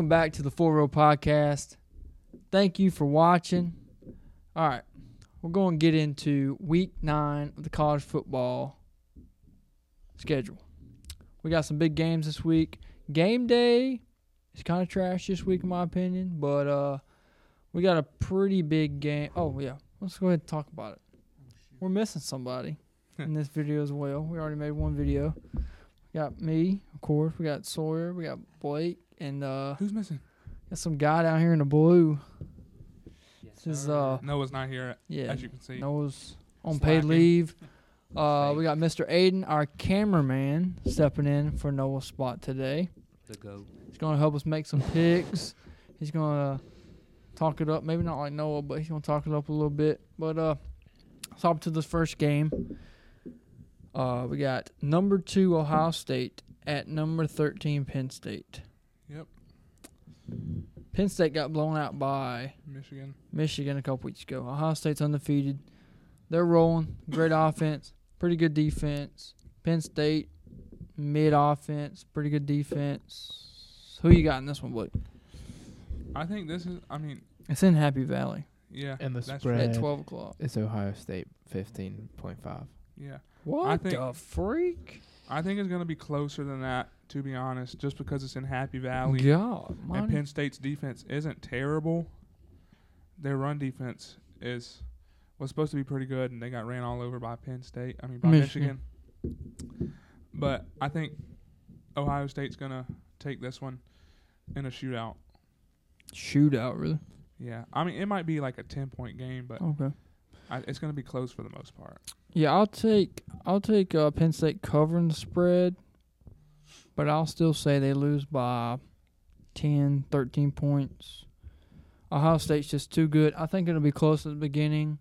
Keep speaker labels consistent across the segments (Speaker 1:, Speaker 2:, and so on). Speaker 1: back to the Four Row Podcast. Thank you for watching. All right, we're going to get into Week Nine of the college football schedule. We got some big games this week. Game day is kind of trash this week, in my opinion, but uh, we got a pretty big game. Oh yeah, let's go ahead and talk about it. We're missing somebody in this video as well. We already made one video. We got me, of course. We got Sawyer. We got Blake, and uh,
Speaker 2: Who's missing?
Speaker 1: got some guy down here in the blue.
Speaker 3: Yes,
Speaker 1: This is
Speaker 3: sir.
Speaker 1: uh,
Speaker 2: Noah's not here,
Speaker 1: yeah,
Speaker 2: as you can see.
Speaker 1: Noah's on paid
Speaker 2: Slacking.
Speaker 1: leave. Uh, we got
Speaker 3: Slacking.
Speaker 1: Mr. Aiden, our cameraman, stepping in for Noah's spot today.
Speaker 3: the goat.
Speaker 1: He's gonna help us make some picks. he's gonna talk it up. Maybe not like Noah, but he's gonna talk it up a little bit. But uh, let's hop to this first game. Uh, we got number two Ohio State at number thirteen Penn State.
Speaker 2: Yep,
Speaker 1: Penn State got blown out by
Speaker 2: Michigan.
Speaker 1: Michigan a couple weeks ago. Ohio State's undefeated. They're rolling. Great offense. Pretty good defense. Penn State mid offense. Pretty good defense. Who you got in this one, Blake?
Speaker 2: I think this is. I mean,
Speaker 1: It's in Happy Valley
Speaker 2: yeah.
Speaker 4: And the
Speaker 2: that's
Speaker 4: spread.
Speaker 2: right.
Speaker 1: at
Speaker 4: Red.
Speaker 1: twelve o'clock.
Speaker 4: It's Ohio State 15.5.
Speaker 2: Yeah,
Speaker 1: What
Speaker 2: I think-
Speaker 1: the freak?
Speaker 2: I think it's gonna be closer than that. To be honest, just because it's in Happy Valley
Speaker 1: God,
Speaker 2: and
Speaker 1: money.
Speaker 2: Penn State's defense isn't terrible, their run defense is was supposed to be pretty good, and they got ran all over by Penn State. I mean, by
Speaker 1: Michigan.
Speaker 2: Michigan. But I think Ohio State's gonna take this one in a shootout.
Speaker 1: shootout, really.
Speaker 2: Yeah, I mean, it might be like a ten point game, but
Speaker 1: Okay.
Speaker 2: I, it's gonna be close for the most part.
Speaker 1: Yeah, I'll take I'll take uh, Penn State covering the spread, but I'll still say they lose by 10, 13 points. Ohio State's just too good. I think it'll be close at the beginning,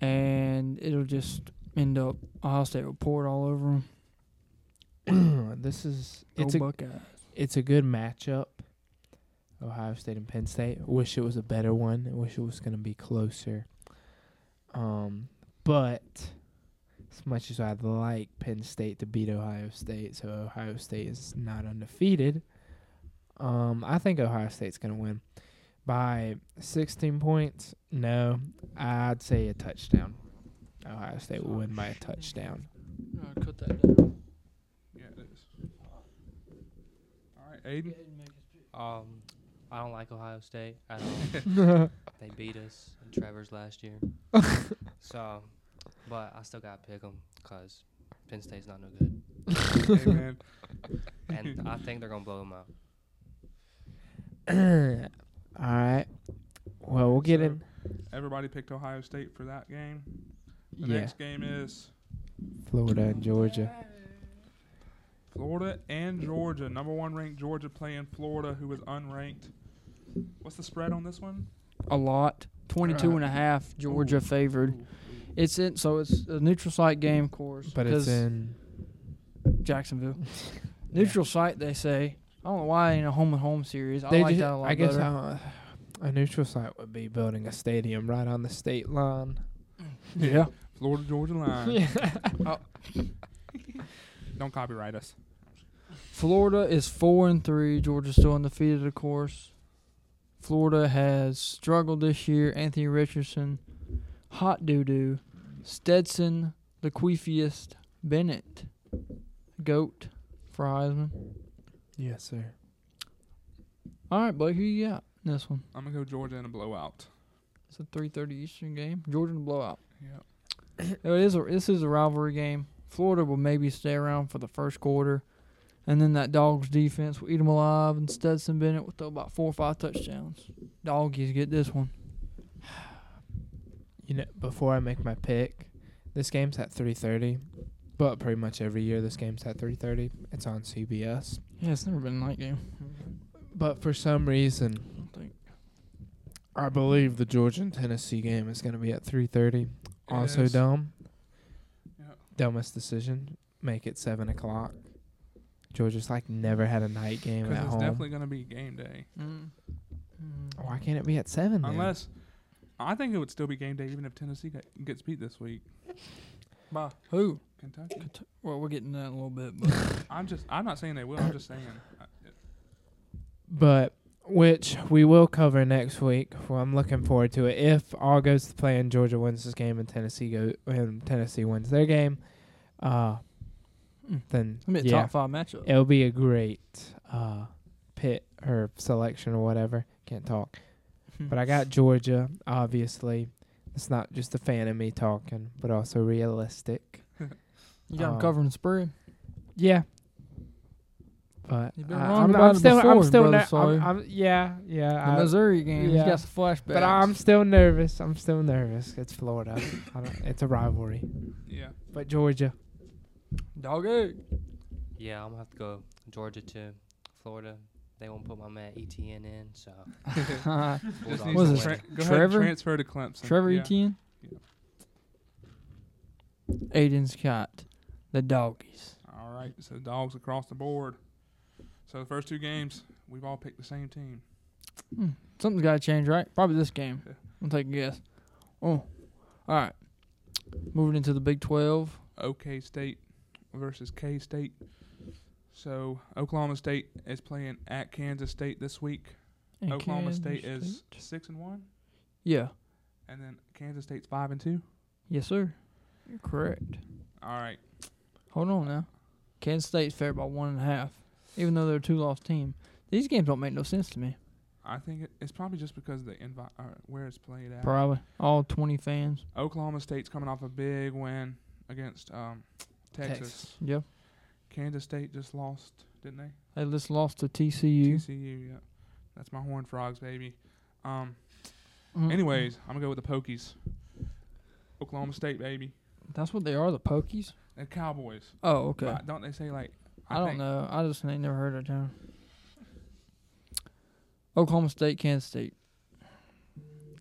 Speaker 1: and it'll just end up Ohio State will pour it all over them.
Speaker 4: this is
Speaker 1: Go
Speaker 4: it's a
Speaker 1: Buckeyes.
Speaker 4: it's a good matchup. Ohio State and Penn State. I wish it was a better one. I wish it was going to be closer. Um, but as much as I'd like Penn State to beat Ohio State, so Ohio State is not undefeated. Um, I think Ohio State's going to win by 16 points. No, I'd say a touchdown. Ohio State will win by a touchdown.
Speaker 1: Uh, cut that down.
Speaker 2: Yeah, it is. All right, Aiden.
Speaker 3: Um, I don't like Ohio State at all. they beat us in Trevor's last year. so, but I still got to pick them because Penn State's not no good,
Speaker 2: hey, man.
Speaker 3: and I think they're gonna blow them out.
Speaker 4: All right. Well, we'll get
Speaker 2: So,
Speaker 4: in.
Speaker 2: Everybody picked Ohio State for that game. The
Speaker 4: Yeah,
Speaker 2: next game is
Speaker 4: Florida and Georgia.
Speaker 2: Florida and Georgia. Number one ranked Georgia playing Florida, who is unranked. What's the spread on this one?
Speaker 1: A lot. 22
Speaker 2: Right.
Speaker 1: and a half Georgia favored. It's in so it's a neutral site game, of course,
Speaker 4: But it's
Speaker 1: 'cause
Speaker 4: in.
Speaker 1: Jacksonville. neutral site, they say. I don't know why in a home and home series. I
Speaker 4: They
Speaker 1: like
Speaker 4: ju-
Speaker 1: that a lot
Speaker 4: I guess
Speaker 1: better.
Speaker 4: how uh, a neutral site would be building a stadium right on the state line.
Speaker 1: yeah,
Speaker 2: Florida Georgia line. Don't copyright us.
Speaker 1: Florida is four and three. Georgia's still undefeated, of course. Florida has struggled this year. Anthony Richardson, hot doo doo, Stetson, the queefiest, Bennett, goat for Heisman.
Speaker 4: yes, sir.
Speaker 1: All right, Blake, who you got? in This one.
Speaker 2: I'm gonna go Georgia in a blowout.
Speaker 1: It's a three thirty Eastern game. Georgia in a blowout.
Speaker 2: Yeah.
Speaker 1: It is a, this is a rivalry game. Florida will maybe stay around for the first quarter, and then that Dogs defense will eat them alive. And Stetson Bennett will throw about four or five touchdowns. Doggies get this one.
Speaker 4: You know, before I make my pick, this game's at 3:30, but pretty much every year this game's at 3:30. It's on CBS.
Speaker 1: Yeah, it's never been a night game.
Speaker 4: But for some reason,
Speaker 1: I don't think.
Speaker 4: I believe the Georgia and Tennessee game is going to be at 3:30. Also
Speaker 2: Yes.
Speaker 4: dumb.
Speaker 2: Yeah.
Speaker 4: Dumbest decision. Make it seven o'clock. Georgia's like never had a night game
Speaker 2: Because
Speaker 4: at
Speaker 2: it's
Speaker 4: home.
Speaker 2: definitely gonna be game day.
Speaker 1: Mm. Mm.
Speaker 4: Why can't it be at seven? then?
Speaker 2: Unless I think it would still be game day even if Tennessee get- gets beat this week.
Speaker 1: By who?
Speaker 2: Kentucky.
Speaker 1: Kent- Well, we're getting to that in a little bit, but
Speaker 2: I'm just. I'm not saying they will. I'm just saying. uh,
Speaker 4: But which we will cover next week. Well, I'm looking forward to it. If all goes to plan, Georgia wins this game and Tennessee go and Tennessee wins their game, uh,
Speaker 2: Hmm.
Speaker 1: Mm.
Speaker 4: then
Speaker 1: I mean,
Speaker 4: yeah,
Speaker 1: top five matchup.
Speaker 4: it'll be a great uh, pit or selection or whatever. Can't talk,
Speaker 1: Mm-hmm. Hmm.
Speaker 4: but I got Georgia. Obviously, it's not just a fan of me talking, but also realistic.
Speaker 1: you got him
Speaker 4: uh,
Speaker 1: covering spread.
Speaker 4: Yeah. But
Speaker 1: You've
Speaker 4: I,
Speaker 1: been wrong
Speaker 4: I'm,
Speaker 1: about
Speaker 4: I'm
Speaker 1: it
Speaker 4: still, I'm
Speaker 1: before,
Speaker 4: still,
Speaker 1: Brother
Speaker 4: ner-
Speaker 1: Sawyer.
Speaker 4: I'm, I'm, yeah, yeah.
Speaker 1: the
Speaker 4: I-
Speaker 1: Missouri game. He's
Speaker 4: yeah.
Speaker 1: got some flashbacks.
Speaker 4: But I'm still nervous. I'm still nervous. It's Florida. I don't, it's a rivalry.
Speaker 2: Yeah.
Speaker 4: But Georgia.
Speaker 1: dog egg.
Speaker 3: Yeah, I'm gonna have to go Georgia to Florida. They won't put my man ETN in, so
Speaker 2: Just
Speaker 3: Bulldogs
Speaker 2: needs
Speaker 1: What
Speaker 3: will
Speaker 1: is
Speaker 2: to
Speaker 1: this,
Speaker 3: win.
Speaker 2: tra- go ahead
Speaker 1: Trevor?
Speaker 2: and transfer to Clemson.
Speaker 1: Trevor
Speaker 2: yeah.
Speaker 1: Etienne.
Speaker 2: Yeah.
Speaker 1: Aiden Scott, the doggies.
Speaker 2: All right. So dogs across the board. So the first two games, we've all picked the same team.
Speaker 1: Something's got to change, right? Probably this game.
Speaker 2: Yeah.
Speaker 1: I'll take a guess. Oh, all right. Moving into the Big Twelve.
Speaker 2: OK State versus K State. So Oklahoma State is playing at Kansas State this week.
Speaker 1: and
Speaker 2: Oklahoma
Speaker 1: Kansas
Speaker 2: State, is
Speaker 1: State.
Speaker 2: six and one,
Speaker 1: Yeah.
Speaker 2: and then Kansas State's five and two.
Speaker 1: Yes, sir. You're correct.
Speaker 2: All right.
Speaker 1: Hold on now. Kansas State's favored by one and a half, even though they're a two-loss team. These games don't make no sense to me.
Speaker 2: I think it, it's probably just because of the envi- or where it's played at.
Speaker 1: Probably all 20 fans.
Speaker 2: Oklahoma State's coming off a big win against um, Texas.
Speaker 4: Texas.
Speaker 1: Yeah.
Speaker 2: Kansas State just lost, didn't they?
Speaker 1: They just lost to TCU.
Speaker 2: TCU, yeah. That's my Horn Frogs, baby. Um,
Speaker 1: Mm.
Speaker 2: anyways, I'm going to go with the Pokies. Oklahoma State, baby.
Speaker 1: that's what they are, the Pokies.
Speaker 2: The Cowboys.
Speaker 1: Oh, okay.
Speaker 2: But don't they say, like,
Speaker 1: I don't
Speaker 2: think-
Speaker 1: know. I just ain't never heard of town. Oklahoma State, Kansas State.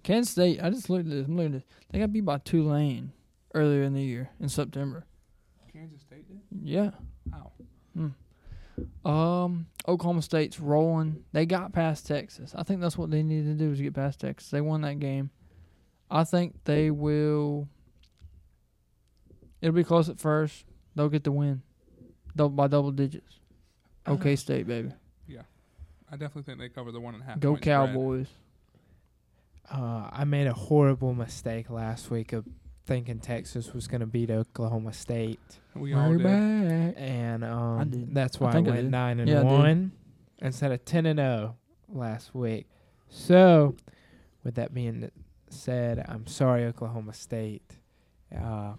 Speaker 1: Kansas State, I just looked at this. I'm looking at this. They got beat by Tulane earlier in the year in September.
Speaker 2: Kansas State did?
Speaker 1: Yeah.
Speaker 2: Ow.
Speaker 1: Um, Oklahoma State's rolling. They got past Texas. I think that's what they needed to do is get past Texas. They won that game. I think they will. It'll be close at first. They'll get the win, double by double digits.
Speaker 2: Uh-huh.
Speaker 1: Okay, State baby,
Speaker 2: I definitely think they cover the one and a half.
Speaker 1: go
Speaker 2: point spread.
Speaker 1: Cowboys.
Speaker 4: Uh, I made a horrible mistake last week of thinking Texas was going to beat Oklahoma State,
Speaker 2: We all did.
Speaker 1: back.
Speaker 4: and
Speaker 1: I
Speaker 4: um,
Speaker 1: did.
Speaker 4: that's
Speaker 1: I
Speaker 4: why I,
Speaker 1: think I
Speaker 4: went
Speaker 1: did.
Speaker 4: nine and
Speaker 1: Yeah, I did.
Speaker 4: one instead of ten and zero last week. So, with that being said, I'm sorry, Oklahoma State, uh,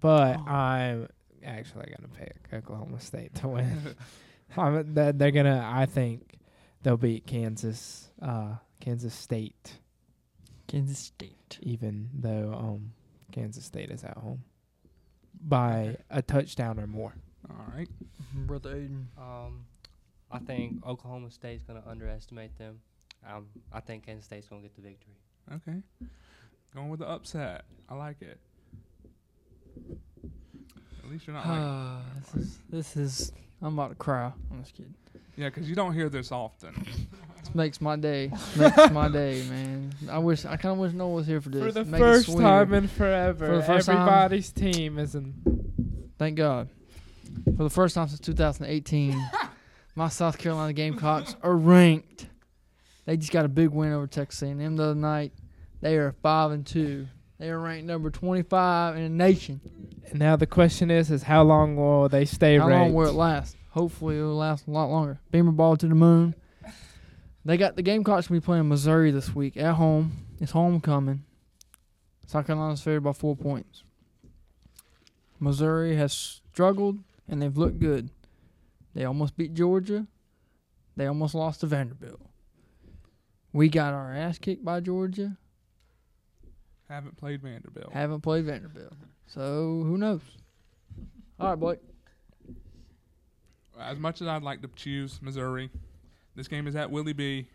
Speaker 4: but
Speaker 1: Oh.
Speaker 4: I'm actually going to pick Oklahoma State to win. I'm, they're, they're gonna. I think they'll beat Kansas, uh, Kansas State,
Speaker 1: Kansas State.
Speaker 4: even though um, Kansas State is at home by a touchdown or more.
Speaker 2: all right.
Speaker 1: Brother Aiden.
Speaker 3: Um, I think Oklahoma State's gonna underestimate them. Um, I think Kansas State's gonna get the victory.
Speaker 2: Okay. Going with the upset. I like it. At least you're not like.
Speaker 1: Ah, this is this is. I'm about to cry. I'm just kidding.
Speaker 2: Yeah, 'cause you don't hear this often.
Speaker 1: This makes my day. makes my day, man. I wish. I kind of wish no one was here for this.
Speaker 4: For the
Speaker 1: Make it
Speaker 4: first
Speaker 1: sweeter.
Speaker 4: time in forever,
Speaker 1: For the first time.
Speaker 4: everybody's team is in.
Speaker 1: Thank God. For the first time since 2018, my South Carolina Gamecocks are ranked. They just got a big win over Texas A&M the other night. They are five and two. They are ranked number 25 in the nation.
Speaker 4: And now the question is: Is how long will they stay
Speaker 1: How long
Speaker 4: ranked?
Speaker 1: will it last? Hopefully, it'll last a lot longer. Beamer ball to the moon. They got the Gamecocks gonna be playing Missouri this week at home. It's homecoming. South Carolina's favored by four points. Missouri has struggled and they've looked good. They almost beat Georgia. They almost lost to Vanderbilt. We got our ass kicked by Georgia.
Speaker 2: Haven't played Vanderbilt.
Speaker 1: Haven't played Vanderbilt, so who knows? All right, Blake.
Speaker 2: As much as I'd like to choose Missouri, this game is at Willie B.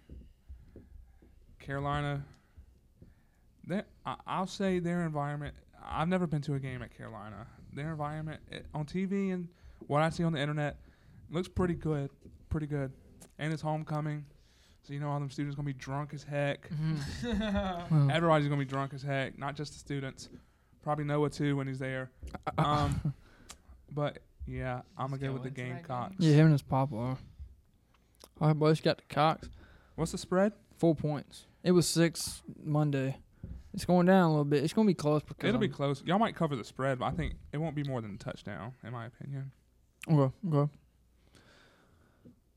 Speaker 2: Carolina. That I- I'll say their environment. I've never been to a game at Carolina. Their environment it, on TV and what I see on the internet looks pretty good, pretty good. And it's homecoming, so you know all them students gonna be drunk as heck.
Speaker 1: Well,
Speaker 2: Everybody's gonna be drunk as heck, not just the students. Probably Noah too when he's there. Um, but yeah, I'm gonna
Speaker 3: He's
Speaker 2: go with the
Speaker 3: going to that
Speaker 2: Gamecocks.
Speaker 1: Yeah, him and his papa are. All right, boys, got the Cox.
Speaker 2: What's the spread?
Speaker 1: Four points. It was six Monday. It's going down a little bit. It's going to be close because
Speaker 2: It'll be
Speaker 1: I'm-
Speaker 2: close. Y'all might cover the spread, but I think it won't be more than a touchdown, in my opinion.
Speaker 1: Okay, okay.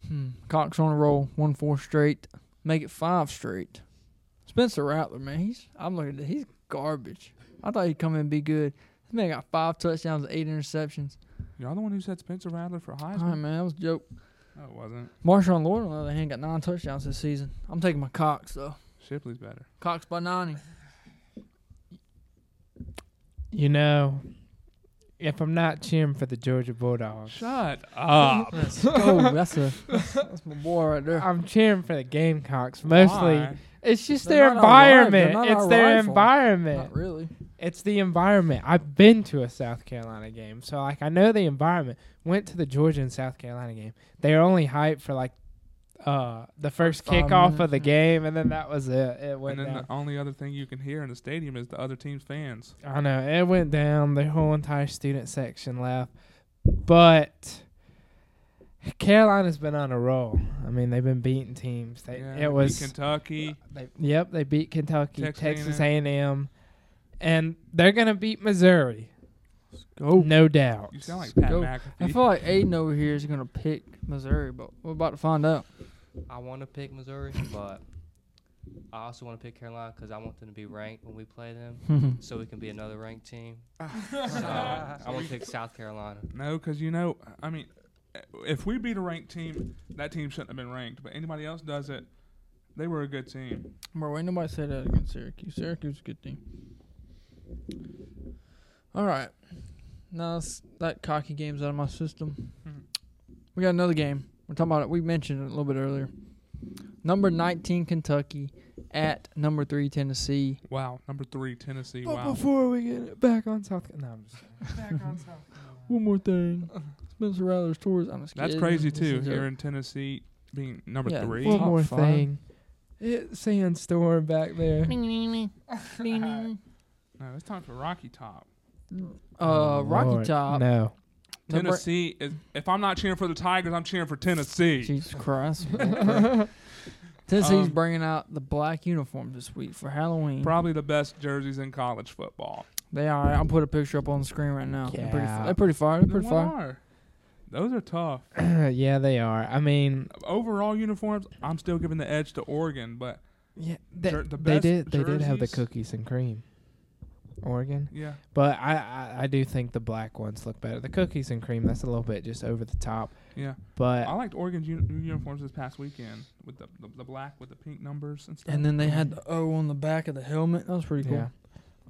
Speaker 1: Hmm. Cox on a roll, one four straight. Make it five straight. Spencer Rattler, man, he's I'm looking at he's garbage. I thought he'd come in and be good. This man got five touchdowns, eight interceptions.
Speaker 2: Y'all the one who said Spencer Rattler for
Speaker 1: All
Speaker 2: Heisman?
Speaker 1: right, man, that was a joke.
Speaker 2: no, it wasn't.
Speaker 1: Marshawn Lloyd, on the other hand, got nine touchdowns this season. I'm taking my Cox though.
Speaker 2: Shipley's better.
Speaker 1: Cox by ninety.
Speaker 4: You know, if I'm not cheering for the Georgia Bulldogs,
Speaker 2: Shut up.
Speaker 1: Let's go. That's a that's, that's my boy right there.
Speaker 4: I'm cheering for the Gamecocks mostly.
Speaker 2: Why?
Speaker 4: It's just
Speaker 1: They're
Speaker 4: their
Speaker 1: not our rival- they're
Speaker 4: environment.
Speaker 1: not
Speaker 4: It's
Speaker 1: our
Speaker 4: their
Speaker 1: rival.
Speaker 4: environment.
Speaker 1: Not really.
Speaker 4: It's the environment. I've been to a South Carolina game, so like I know the environment. Went to the Georgia and South Carolina game. They were only hyped for like uh the first
Speaker 1: Five
Speaker 4: kickoff of
Speaker 1: minutes.
Speaker 4: the game, and then that was it. It went
Speaker 2: And then
Speaker 4: down.
Speaker 2: the only other thing you can hear in the stadium is the other team's fans.
Speaker 4: I know it went down. The whole entire student section left, but Carolina's been on a roll. I mean, they've been beating teams. They,
Speaker 2: Yeah,
Speaker 4: it
Speaker 2: beat
Speaker 4: was
Speaker 2: Kentucky.
Speaker 4: They, yep, they beat Kentucky,
Speaker 2: Texas
Speaker 4: Texas A and M, and they're gonna beat Missouri. Uh, oh, no doubt.
Speaker 2: You sound like Pat
Speaker 1: Go. I
Speaker 2: McAfee.
Speaker 1: feel like Aiden over here is gonna pick Missouri, but we're about to find out.
Speaker 3: I want to pick Missouri, but I also want to pick Carolina because I want them to be ranked when we play them, so we can be another ranked team. So I want to pick South Carolina.
Speaker 2: No, because you know, I mean, if we beat a ranked team, that team shouldn't have been ranked. But anybody else does it, they were a good team.
Speaker 1: Bro, ain't nobody said that against Syracuse. Syracuse is a good team. All right. Now that's, that cocky game's out of my system.
Speaker 2: Mhm.
Speaker 1: We got another game. We're talking about it. We mentioned it a little bit earlier. Number 19, Kentucky, at number 3, Tennessee.
Speaker 2: Wow, number three Tennessee.
Speaker 4: But
Speaker 2: Wow,
Speaker 4: before we get it back on South, no, I'm just
Speaker 1: One more thing. Spencer Rattler's tours. I'm just
Speaker 2: that's
Speaker 1: kidding.
Speaker 2: crazy
Speaker 1: This
Speaker 2: too.
Speaker 1: is a
Speaker 2: Here
Speaker 1: joke.
Speaker 2: in Tennessee, being number
Speaker 1: Yeah.
Speaker 2: three.
Speaker 4: one
Speaker 1: Top
Speaker 4: more
Speaker 1: five.
Speaker 4: thing. It sandstorm back there.
Speaker 2: No, it's time for Rocky Top.
Speaker 1: Uh, Rocky
Speaker 4: Oh, Lord,
Speaker 1: Top.
Speaker 4: No,
Speaker 1: Number-
Speaker 2: Tennessee is. If I'm not cheering for the Tigers, I'm cheering for Tennessee.
Speaker 1: Jesus Christ. Tennessee's
Speaker 2: Um,
Speaker 1: bringing out the black uniforms this week for Halloween.
Speaker 2: Probably the best jerseys in college football.
Speaker 1: They are. I'll put a picture up on the screen right now. They're pretty.
Speaker 4: Yeah.
Speaker 1: They're pretty fire. They're pretty
Speaker 2: What
Speaker 1: fire.
Speaker 2: are? Those are tough.
Speaker 4: yeah, they are. I mean,
Speaker 2: Overall uniforms, I'm still giving the edge to Oregon, but
Speaker 4: yeah, they,
Speaker 2: Jer- the
Speaker 4: they
Speaker 2: best
Speaker 4: did. They did have the
Speaker 2: jerseys?
Speaker 4: cookies and cream, Oregon.
Speaker 2: yeah,
Speaker 4: But I, I, I do think the black ones look better. The cookies and cream that's a little bit just over the top.
Speaker 2: yeah.
Speaker 4: But
Speaker 2: I liked Oregon's uni- uniforms this past weekend with the, the the black with the pink numbers and stuff.
Speaker 1: And then they had the O on the back of the helmet. That was pretty cool.
Speaker 4: Yeah.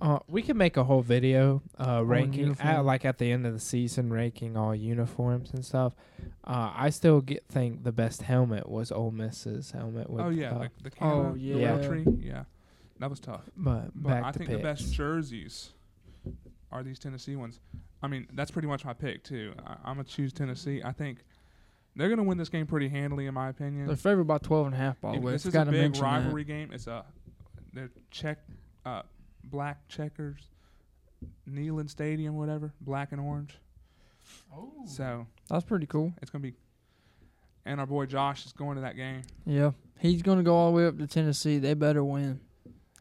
Speaker 4: Uh, we could make a whole video uh, ranking,
Speaker 1: uniform.
Speaker 4: at, like at the end of the season, ranking all uniforms and stuff. Uh, I still get think the best helmet was Ole Miss's helmet. With,
Speaker 2: oh yeah,
Speaker 4: uh,
Speaker 2: like the Canada,
Speaker 1: oh,
Speaker 2: the
Speaker 4: yeah.
Speaker 2: Roundtree, yeah, that was tough.
Speaker 4: but
Speaker 2: But
Speaker 4: back
Speaker 2: I
Speaker 4: to
Speaker 2: think
Speaker 4: picks.
Speaker 2: the best jerseys are these Tennessee ones. I mean, that's pretty much my pick too. I, I'm gonna choose Tennessee. I think they're gonna win this game pretty handily, in my opinion.
Speaker 1: They're favored by twelve and a half. By the
Speaker 2: If
Speaker 1: way,
Speaker 2: this is a
Speaker 1: got to
Speaker 2: big
Speaker 1: mention
Speaker 2: rivalry game. It's a they're check uh, black checkers, Neyland Stadium, whatever, black and orange. Oh, so
Speaker 1: that. That's pretty cool.
Speaker 2: it's gonna be. And our boy Josh is going to that game.
Speaker 1: Yeah, he's gonna go all the way up to Tennessee. They better win.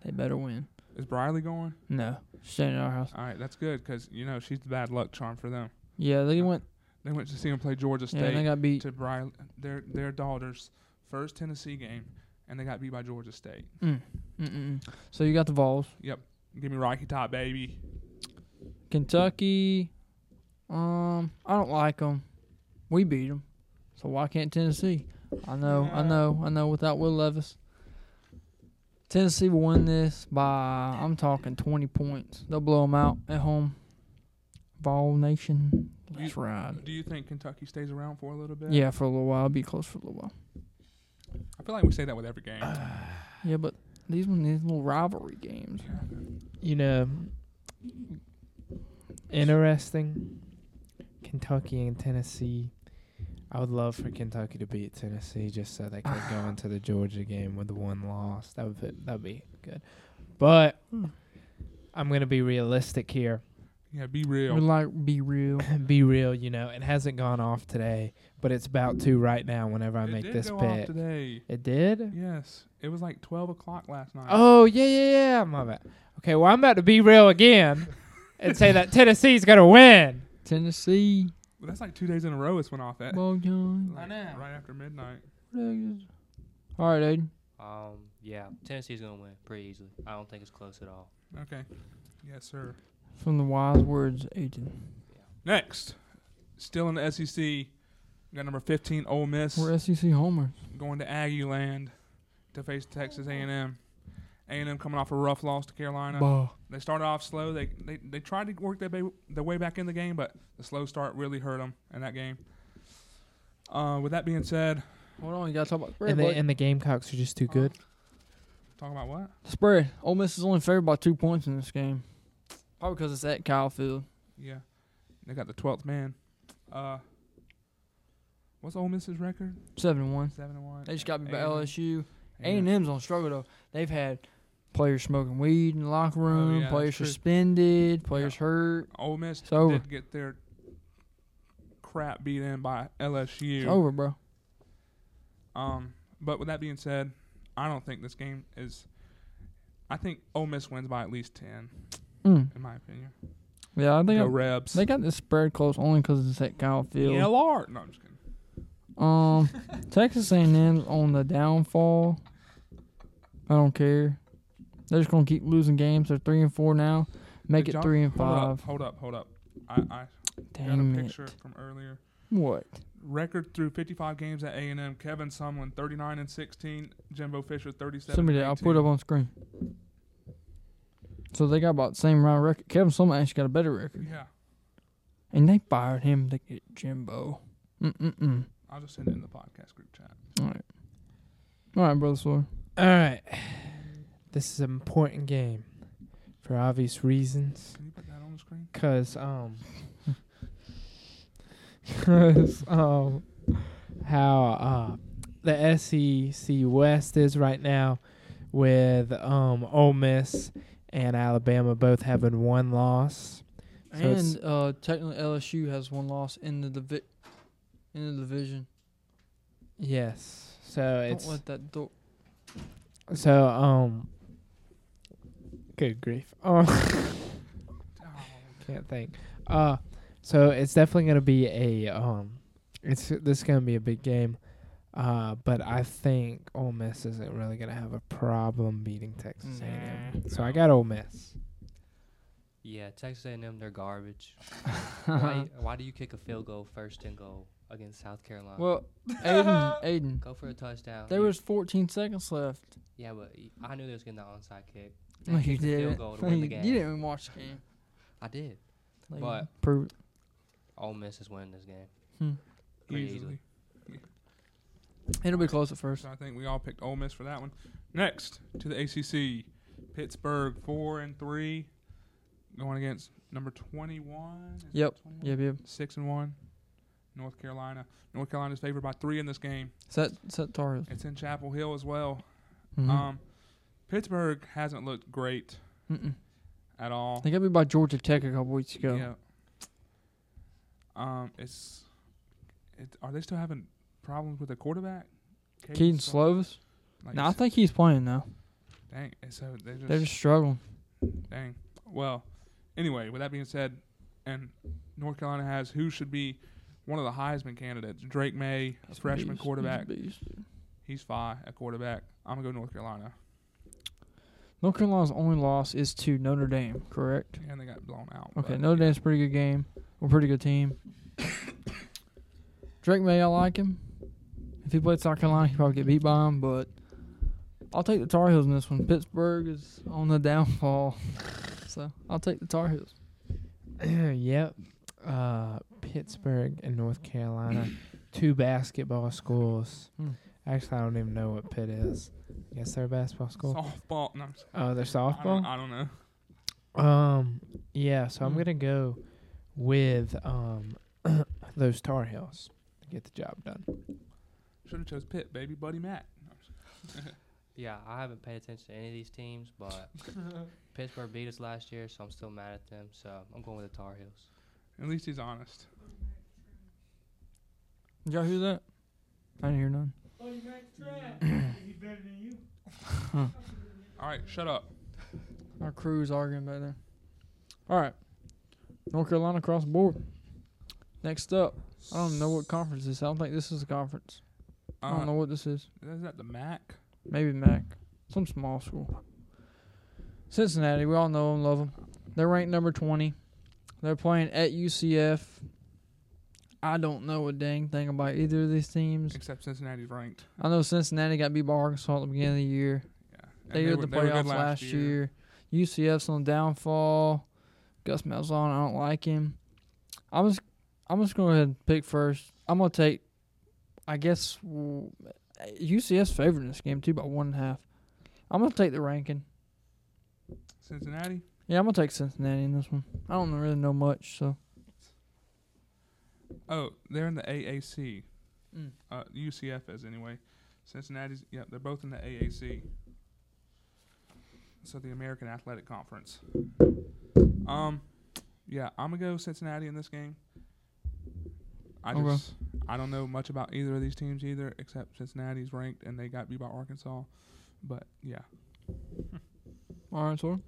Speaker 1: They better win.
Speaker 2: Is Briley going?
Speaker 1: No, staying at our house.
Speaker 2: All right, that's good because you know she's the bad luck charm for them.
Speaker 1: Yeah, they went.
Speaker 2: They went to see him play Georgia
Speaker 1: Yeah,
Speaker 2: State
Speaker 1: they got beat.
Speaker 2: to Briley, their their daughter's first Tennessee game, and they got beat by Georgia State.
Speaker 1: Mm. Mm-mm. So you got the Vols,
Speaker 2: Yep, give me Rocky Top, baby.
Speaker 1: Kentucky. Um, I don't like them. We beat them, so why can't Tennessee? I know, I know, I know. Without Will Levis, Tennessee will win this by I'm talking 20 points. They'll blow them out at home. Vol Nation, let's
Speaker 4: Uh,
Speaker 1: ride.
Speaker 2: Do you think Kentucky stays around for a little bit?
Speaker 1: Yeah, for a little while, be close for a little while.
Speaker 2: I feel like we say that with every game.
Speaker 1: Yeah, but these one these little rivalry games.
Speaker 4: you know, interesting. Kentucky and Tennessee. I would love for Kentucky to beat Tennessee just so they could go into the Georgia game with one loss. That
Speaker 2: Hmm.
Speaker 4: would that would be good. But I'm gonna be realistic here.
Speaker 2: Yeah, be real.
Speaker 1: We like be real.
Speaker 4: Be real, you know, it hasn't gone off today, but it's about to right now. Whenever I
Speaker 2: it
Speaker 4: make
Speaker 2: did
Speaker 4: this
Speaker 2: go
Speaker 4: pick,
Speaker 2: off today.
Speaker 4: it did.
Speaker 2: Yes, it was like twelve o'clock last night.
Speaker 4: Oh yeah, yeah, yeah. My bad. Okay, well I'm about to be real again and say that Tennessee's gonna win.
Speaker 1: Tennessee.
Speaker 2: Well, that's like two days in a row. It's went off at
Speaker 1: Well done.
Speaker 2: like,
Speaker 4: I know.
Speaker 2: right after midnight.
Speaker 1: All right, Aiden.
Speaker 3: Um, yeah, Tennessee's gonna win pretty easily. I don't think it's close at all.
Speaker 2: Okay. Yes, sir.
Speaker 1: From the wise words, Aiden.
Speaker 2: Next, still in the SEC. we Got number fifteen, Ole Miss,
Speaker 1: We're SEC homers.
Speaker 2: going to Aggie Land to face Texas A&M. A&M coming off a rough loss to Carolina.
Speaker 1: Bah.
Speaker 2: They started off slow. They they, they tried to work their, ba- their way back in the game, but the slow start really hurt them in that game. Uh, with that being said,
Speaker 1: Hold on, you gotta talk about spread.
Speaker 4: And the,
Speaker 1: buddy.
Speaker 4: and the Gamecocks are just too good.
Speaker 2: talk about what?
Speaker 1: spread. Ole Miss is only favored by two points in this game. Probably because it's at Kyle Field.
Speaker 2: Yeah, they got the twelfth man. Uh, what's Ole Miss's record?
Speaker 1: Seven and one.
Speaker 2: Seven and one.
Speaker 1: They just got beat by
Speaker 2: A&M.
Speaker 1: LSU. A
Speaker 2: A&M.
Speaker 1: and M's on struggle though. They've had players smoking weed in the locker room,
Speaker 2: Oh, yeah, that's
Speaker 1: players
Speaker 2: true.
Speaker 1: suspended, players hurt.
Speaker 2: Ole Miss
Speaker 1: It's over.
Speaker 2: did get their crap beat in by
Speaker 1: It's
Speaker 2: LSU.
Speaker 1: over, bro.
Speaker 2: Um, but with that being said, I don't think this game is. I think Ole Miss wins by at least ten,
Speaker 1: Mm.
Speaker 2: in my opinion.
Speaker 1: Yeah, I think
Speaker 2: Go
Speaker 1: I-
Speaker 2: Rebs.
Speaker 1: they got this spread close only because it's at Kyle Field.
Speaker 2: ELR. No, I'm just kidding.
Speaker 1: Um, Texas A&M's on the downfall. I don't care. They're just gonna keep losing games. They're three and four now. Make
Speaker 2: Did
Speaker 1: it
Speaker 2: y'all-
Speaker 1: three and
Speaker 2: hold up,
Speaker 1: five.
Speaker 2: Hold up, hold up. I, I got
Speaker 1: Damn
Speaker 2: a
Speaker 1: it!
Speaker 2: picture from earlier.
Speaker 1: What?
Speaker 2: Record through 55 games at A&M. Kevin Sumlin 39 and 16. Jimbo Fisher 37.
Speaker 1: Somebody,
Speaker 2: and
Speaker 1: I'll put it up on screen. So they got about the same round record. Kevin Sumlin actually got a better
Speaker 2: 18.
Speaker 1: record,
Speaker 2: Yeah,
Speaker 1: and they fired him to get Jimbo. Mm mm mm.
Speaker 2: I'll just send it in the podcast group chat.
Speaker 1: All right, all right, brother. Sawyer.
Speaker 4: All right, this is an important game for obvious reasons,
Speaker 2: Can you put that on the screen?
Speaker 4: cause um, cause um, how uh, the SEC West is right now, with um Ole Miss and Alabama both having one loss. So it's-
Speaker 1: and uh, technically LSU has one loss in the divi- in the division.
Speaker 4: Yes. So it's
Speaker 1: Don't let that door.
Speaker 4: so um. Good grief! Oh, can't think. Uh, so it's definitely gonna be a um, it's this is gonna be a big game. Uh, but I think Ole Miss isn't really gonna have a problem beating Texas A&M. So I got Ole Miss.
Speaker 3: Yeah, Texas A&M, they're garbage. why, why do you kick a field goal first and goal against South Carolina?
Speaker 1: Well, Aiden, Aiden,
Speaker 3: go for a touchdown.
Speaker 1: there was 14 seconds left.
Speaker 3: yeah, but y- I knew they was getting the onside kick. They
Speaker 1: No, you
Speaker 3: kicked the
Speaker 1: did.
Speaker 3: field goal to win the
Speaker 1: You
Speaker 3: game.
Speaker 1: didn't even watch the game.
Speaker 3: I did.
Speaker 1: Like,
Speaker 3: But-
Speaker 1: prove it.
Speaker 3: Ole Miss is winning this game.
Speaker 1: Hmm.
Speaker 3: Pretty
Speaker 2: Easily.
Speaker 3: easily.
Speaker 1: It'll be close at first.
Speaker 2: So I think we all picked Ole Miss for that one. Next to the ACC, Pittsburgh four and three, going against number twenty-one. Is it
Speaker 1: Yep.
Speaker 2: 21?
Speaker 1: Yeah, babe.
Speaker 2: Six and one. North Carolina. North Carolina's favored by three in this game.
Speaker 1: Set, set Tar Heels.
Speaker 2: It's in Chapel Hill as well.
Speaker 1: Mhm.
Speaker 2: Um, Pittsburgh hasn't looked great
Speaker 1: Mm-mm.
Speaker 2: at all.
Speaker 1: They got beat by Georgia Tech a couple weeks ago.
Speaker 2: Yeah. Um, it's, it, are they still having problems with the quarterback?
Speaker 1: Keaton
Speaker 2: Slovis?
Speaker 1: Slovis.
Speaker 2: Like,
Speaker 1: No, I think he's playing now.
Speaker 2: dang. and So they just,
Speaker 1: They're just struggling.
Speaker 2: dang. Well, anyway, with that being said, and North Carolina has who should be one of the Heisman candidates, Drake May, a
Speaker 1: He's a
Speaker 2: freshman
Speaker 1: beast. He's a
Speaker 2: quarterback.
Speaker 1: beast, dude.
Speaker 2: He's five at quarterback. I'm gonna go North Carolina,
Speaker 1: North Carolina's only loss is to Notre Dame, correct?
Speaker 2: and they got blown out.
Speaker 1: Okay,
Speaker 2: but-
Speaker 1: Notre Dame's a pretty good game. We're a pretty good team. Drake May, I like him. If he played South Carolina, he'd probably get beat by him, but I'll take the Tar Heels in this one. Pittsburgh is on the downfall, so I'll take the Tar Heels.
Speaker 4: yep. Uh, Pittsburgh and North Carolina, two basketball schools.
Speaker 1: Hmm.
Speaker 4: Actually, I don't even know what Pitt is. I guess they're a basketball school.
Speaker 2: Softball. No, I'm just-
Speaker 4: Oh, they're
Speaker 2: I don't,
Speaker 4: softball.
Speaker 2: I don't know.
Speaker 4: Um, yeah. So I'm
Speaker 1: Hmm.
Speaker 4: gonna go with um those Tar Heels to get the job done.
Speaker 2: Should have chose Pitt, baby, Buddy Matt. No, I'm just-
Speaker 3: yeah, I haven't paid attention to any of these teams, but Pittsburgh beat us last year, so I'm still mad at them. So I'm going with the Tar Heels.
Speaker 2: At least he's honest.
Speaker 1: Did y'all hear that? I didn't hear none.
Speaker 2: All right, shut up.
Speaker 1: Our crew's arguing back there. All right. North Carolina across the board. Next up, I don't know what conference this is. I don't think this is a conference. I
Speaker 2: Uh,
Speaker 1: don't know what this is.
Speaker 2: Is that the Mac?
Speaker 1: Maybe Mac. Some small school. Cincinnati, we all know them, love them. They're ranked number 20. They're playing at UCF. I don't know a dang thing about either of these teams.
Speaker 2: Except Cincinnati's ranked.
Speaker 1: I know Cincinnati got beat by Arkansas at the beginning of the year.
Speaker 2: Yeah. And
Speaker 1: They, were the
Speaker 2: they good
Speaker 1: playoffs last year. UCF's on downfall. Gus Malzahn, I don't like him. I'm just, I'm just gonna go ahead and pick first. I'm gonna take, I guess, w- UCF's favorite in this game too by one and a half. I'm gonna take the ranking.
Speaker 2: Cincinnati.
Speaker 1: Yeah, I'm gonna take Cincinnati in this one. I don't really know much, so
Speaker 2: Oh, they're in the AAC.
Speaker 1: Mm.
Speaker 2: Uh, UCF is anyway. Cincinnati's. Yep, they're both in the AAC. So the American Athletic Conference. Um, yeah, I'm gonna go Cincinnati in this game. I
Speaker 1: Okay.
Speaker 2: just I don't know much about either of these teams either, except Cincinnati's ranked and they got beat by Arkansas. But yeah,
Speaker 1: all right, so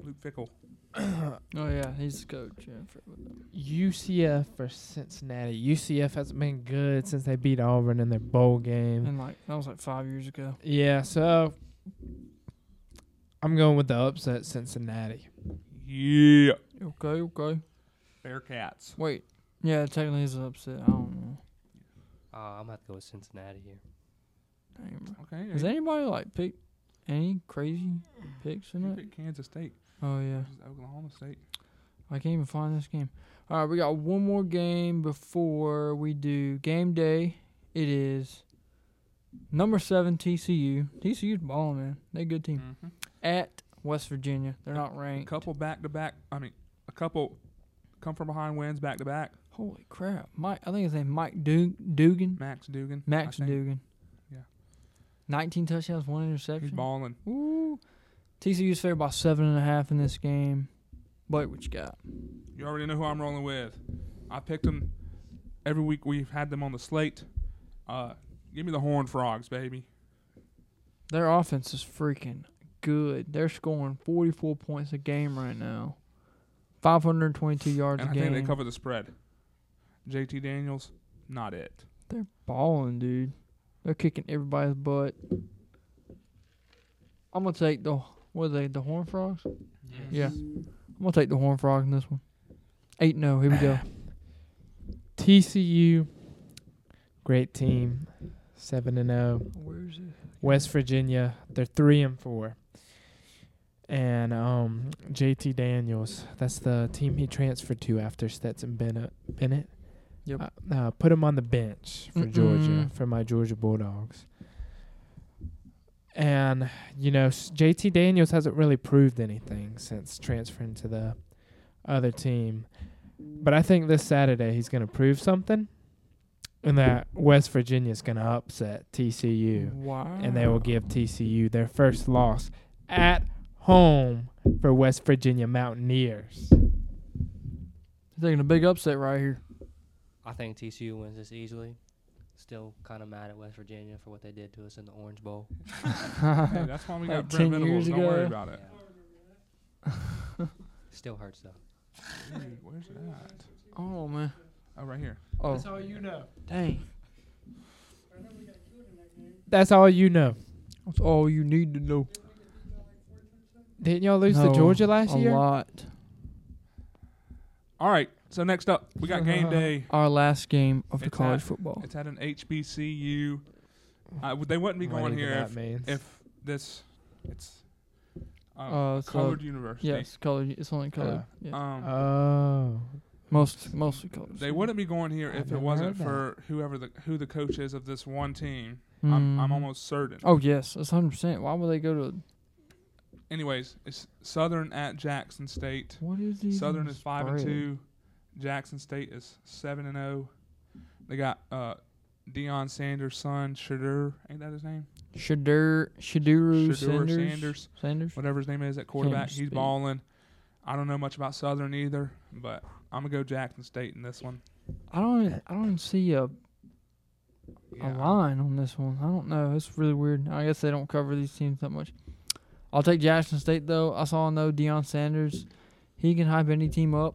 Speaker 2: Luke Fickle.
Speaker 1: oh yeah, he's the coach. Yeah, I forgot about that.
Speaker 4: UCF versus Cincinnati. UCF hasn't been good since they beat Auburn in their bowl game.
Speaker 1: and like that was like five years ago.
Speaker 4: Yeah, so I'm going with the upset Cincinnati.
Speaker 2: Yeah,
Speaker 1: Okay, okay.
Speaker 2: Bearcats.
Speaker 1: Wait, yeah, technically he's upset. I don't know.
Speaker 3: Uh, I'm gonna have to go with Cincinnati here.
Speaker 1: Dang, bro.
Speaker 2: Okay,
Speaker 1: Does anybody like pick any crazy picks
Speaker 2: you
Speaker 1: in it?
Speaker 2: pick Kansas State.
Speaker 1: Oh yeah,
Speaker 2: versus Oklahoma State.
Speaker 1: I can't even find this game. All right, we got one more game before we do game day. It is number seven TCU. TCU's balling, man. They a good team
Speaker 2: Mm-hmm.
Speaker 1: at West Virginia. They're not
Speaker 2: A
Speaker 1: ranked.
Speaker 2: couple back to back. I mean, a couple come from behind wins back to back.
Speaker 1: Holy crap, Mike! I think his name Mike Dug- Dugan.
Speaker 2: Max Dugan. I
Speaker 1: Max
Speaker 2: think.
Speaker 1: Dugan.
Speaker 2: Yeah.
Speaker 1: Nineteen touchdowns, one interception.
Speaker 2: He's balling.
Speaker 1: Ooh. TCU's favored by seven and a half in this game. Blake, what you got?
Speaker 2: You already know who I'm rolling with. I picked him every week. We've had them on the slate. Uh, give me the Horned Frogs, baby.
Speaker 1: Their offense is freaking good. They're scoring 44 points a game right now, 522 yards
Speaker 2: and
Speaker 1: a
Speaker 2: I
Speaker 1: game.
Speaker 2: think they cover the spread. JT Daniels, not it.
Speaker 1: They're balling, dude. They're kicking everybody's butt. I'm gonna take the what are they? The Horn Frogs? Yeah. I'm gonna take the Horn Frogs in this one. Eight no. Here we go.
Speaker 4: TCU, great team, seven and oh. zero.
Speaker 1: Where is it?
Speaker 4: West Virginia, they're three and four. And um, JT Daniels, that's the team he transferred to after Stetson Bennett. Bennett.
Speaker 1: Yep.
Speaker 4: Uh, uh, put him on the bench for Georgia
Speaker 1: Mm-mm.
Speaker 4: for my Georgia Bulldogs. And you know s- JT Daniels hasn't really proved anything since transferring to the other team, but I think this Saturday he's going to prove something, and that West Virginia's going to upset TCU
Speaker 1: Wow.
Speaker 4: and they will give TCU their first loss at home for West Virginia Mountaineers.
Speaker 1: They're taking a big upset right here.
Speaker 3: I think TCU wins this easily. Still kind of mad at West Virginia for what they did to us in the Orange Bowl.
Speaker 2: Hey, that's why we got
Speaker 1: Like
Speaker 2: Brent
Speaker 1: 10
Speaker 2: Venables.
Speaker 1: years
Speaker 2: Don't worry
Speaker 1: ago.
Speaker 2: about it.
Speaker 3: Yeah. Still hurts though.
Speaker 2: Dude, where's it at?
Speaker 1: Oh man.
Speaker 2: Oh, right here.
Speaker 1: Oh
Speaker 4: all you know.
Speaker 1: dang.
Speaker 4: That's all you know.
Speaker 1: That's all you need to know.
Speaker 4: Didn't y'all lose
Speaker 1: No,
Speaker 4: to Georgia last
Speaker 1: a
Speaker 4: year?
Speaker 1: lot.
Speaker 2: All right. So next up, we got game day.
Speaker 1: Our last game of the
Speaker 2: It's
Speaker 1: college
Speaker 2: at-
Speaker 1: football.
Speaker 2: It's at an HBCU. Uh, w- they wouldn't be
Speaker 4: Whatever
Speaker 2: going here
Speaker 4: that
Speaker 2: if
Speaker 4: means.
Speaker 2: if this it's uh,
Speaker 1: Uh, so-
Speaker 2: colored university.
Speaker 1: Yes, Uh, colored. It's only colored. yeah.
Speaker 2: Um,
Speaker 4: oh,
Speaker 1: most mostly colored.
Speaker 2: they wouldn't be going here
Speaker 4: I've
Speaker 2: if it
Speaker 4: never
Speaker 2: wasn't
Speaker 4: heard
Speaker 2: for whoever the who the coach is of this one team. I'm I'm
Speaker 1: Mm.
Speaker 2: almost certain.
Speaker 1: Oh yes, that's hundred percent. Why would they go to
Speaker 2: Anyways, it's Southern at Jackson State.
Speaker 1: what is these?
Speaker 2: Southern is five and two. Jackson State is seven and zero. They oh. got uh, Deion Sanders' son, Shadur, ain't that his name?
Speaker 1: Shadur Shaduru
Speaker 2: Shadur
Speaker 1: Sanders.
Speaker 2: Sanders,
Speaker 1: Sanders.
Speaker 2: whatever his name is at quarterback. He's
Speaker 1: speak.
Speaker 2: balling. I don't know much about Southern either, but I'm gonna go Jackson State in this one.
Speaker 1: I don't. I don't see a, a
Speaker 2: Yeah,
Speaker 1: line on this one. I don't know. It's really weird. I guess they don't cover these teams that much. I'll take Jackson State though. I saw no Deion Sanders. He can hype any team up,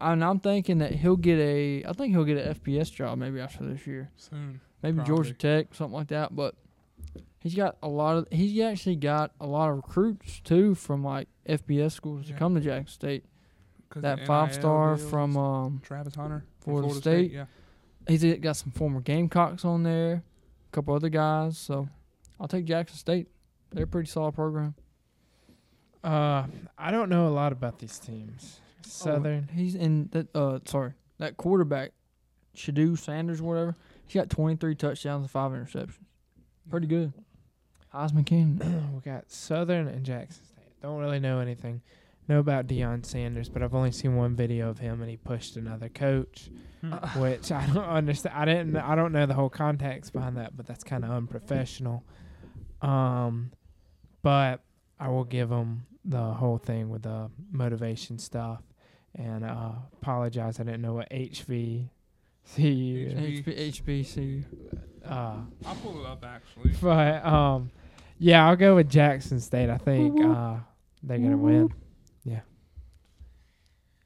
Speaker 1: and I'm thinking that he'll get a. I think he'll get an FBS job maybe after this year.
Speaker 2: soon.
Speaker 1: maybe Georgia Tech, something like that. But he's got a lot of he's actually got a lot of recruits too from like FBS schools
Speaker 2: Yeah.
Speaker 1: to come to Jackson State.
Speaker 2: 'Cause the
Speaker 1: That five
Speaker 2: NIL
Speaker 1: star
Speaker 2: deals,
Speaker 1: from um,
Speaker 2: Travis Hunter, from
Speaker 1: Florida State.
Speaker 2: Yeah,
Speaker 1: he's e, got some former Gamecocks on there, a couple other guys. So I'll take Jackson State. They're a pretty solid program.
Speaker 4: Uh, I don't know a lot about these teams.
Speaker 2: Oh,
Speaker 4: Southern.
Speaker 1: Oh, He's in that. Uh, sorry, that quarterback, Shadu Sanders, or whatever. He's got 23 touchdowns and five interceptions. Pretty good. Heisman candidate.
Speaker 4: we got Southern and Jackson State. Don't really know anything. Know about Deion Sanders, but I've only seen one video of him, and he pushed another coach,
Speaker 2: Hmm.
Speaker 1: Uh,
Speaker 4: which I don't understand. I didn't. I don't know the whole context behind that, but that's kind of unprofessional. Um, but I will give him the whole thing with the motivation stuff, and uh, apologize. I didn't know what HV.
Speaker 2: HV.
Speaker 1: HB, HBCU.
Speaker 4: uh,
Speaker 2: I'll pull it up actually.
Speaker 4: but um, yeah, I'll go with Jackson State. I think uh, they're gonna win.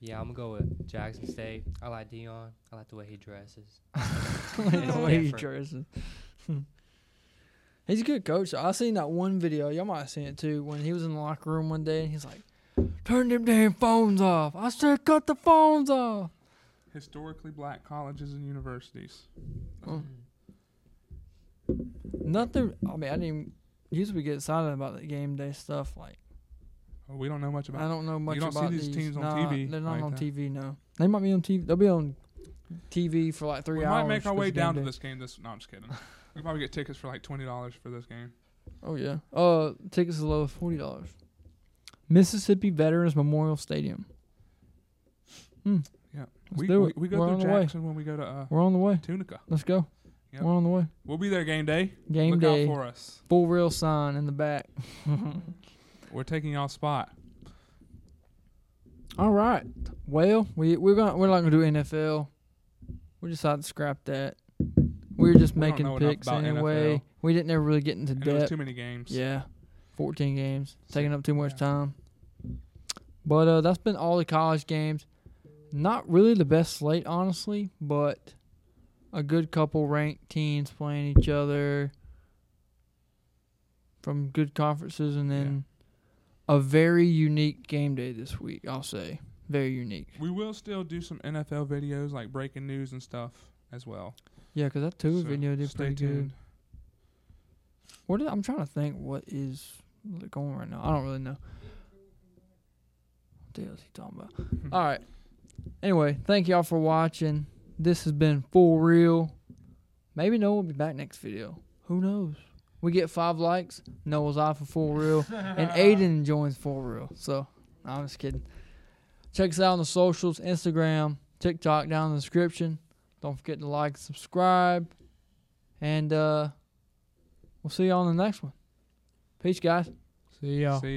Speaker 3: Yeah, I'm gonna go with Jackson State. I like Dion. I like the way he dresses.
Speaker 1: the way he
Speaker 3: different.
Speaker 1: dresses. he's a good coach. I seen that one video. Y'all might have seen it too. When he was in the locker room one day, and he's like, "Turn them damn phones off." I said, "Cut the phones off."
Speaker 2: Historically black colleges and universities.
Speaker 1: Mm. Nothing. I mean, I didn't usually get excited about the game day stuff. Like,
Speaker 2: Oh, we don't know much
Speaker 1: I
Speaker 2: about.
Speaker 1: don't know much
Speaker 2: don't see
Speaker 1: about
Speaker 2: these teams on
Speaker 1: Nah,
Speaker 2: TV
Speaker 1: They're not
Speaker 2: like
Speaker 1: on
Speaker 2: that.
Speaker 1: TV. No, they might be on TV. They'll be on TV for like three
Speaker 2: we
Speaker 1: hours.
Speaker 2: might make our
Speaker 1: 'cause
Speaker 2: way
Speaker 1: of game
Speaker 2: down to
Speaker 1: day.
Speaker 2: this game. This no, I'm just kidding. we probably get tickets for like twenty dollars for this game.
Speaker 1: Oh yeah. Uh, tickets as low as forty dollars. Mississippi Veterans Memorial Stadium. Hmm.
Speaker 2: Yeah.
Speaker 1: Let's
Speaker 2: we,
Speaker 1: do
Speaker 2: we,
Speaker 1: it.
Speaker 2: we go
Speaker 1: We're on
Speaker 2: through
Speaker 1: the way.
Speaker 2: Jackson when we go to uh,
Speaker 1: We're on the way.
Speaker 2: Tunica.
Speaker 1: Let's go.
Speaker 2: Yep.
Speaker 1: We're on the way.
Speaker 2: We'll be there game day.
Speaker 1: Game
Speaker 2: Look
Speaker 1: day.
Speaker 2: out for us.
Speaker 1: Full real sign in the back.
Speaker 2: We're taking y'all spot.
Speaker 1: All right. Well, we we're gonna we're not gonna do NFL. We decided to scrap that. We were just
Speaker 2: We don't know
Speaker 1: making
Speaker 2: enough
Speaker 1: picks
Speaker 2: about
Speaker 1: anyway.
Speaker 2: NFL.
Speaker 1: We didn't ever really get into
Speaker 2: And
Speaker 1: depth.
Speaker 2: there's too many games.
Speaker 1: Yeah. 14 games. Taking up too much
Speaker 2: Yeah.
Speaker 1: time. But uh, that's been all the college games. Not really the best slate, honestly, but a good couple ranked teams playing each other from good conferences and then a very unique game day this week, I'll say. Very unique.
Speaker 2: We will still do some NFL videos like breaking news and stuff as well.
Speaker 1: Yeah, because that Tua
Speaker 2: So,
Speaker 1: video did
Speaker 2: stay
Speaker 1: pretty
Speaker 2: tuned.
Speaker 1: good. What did, I'm trying to think what is going right now. I don't really know. What the hell is he talking about? All right. Anyway, thank y'all for watching. This has been Full Real. Maybe Noah will be back next video. Who knows? We get five likes, Noah's off for Full Real, and Aiden joins Full Real. So, no, I'm just kidding. Check us out on the socials Instagram, TikTok down in the description. Don't forget to like, subscribe, and uh, we'll see y'all on the next one. Peace, guys.
Speaker 4: See y'all.
Speaker 2: See ya.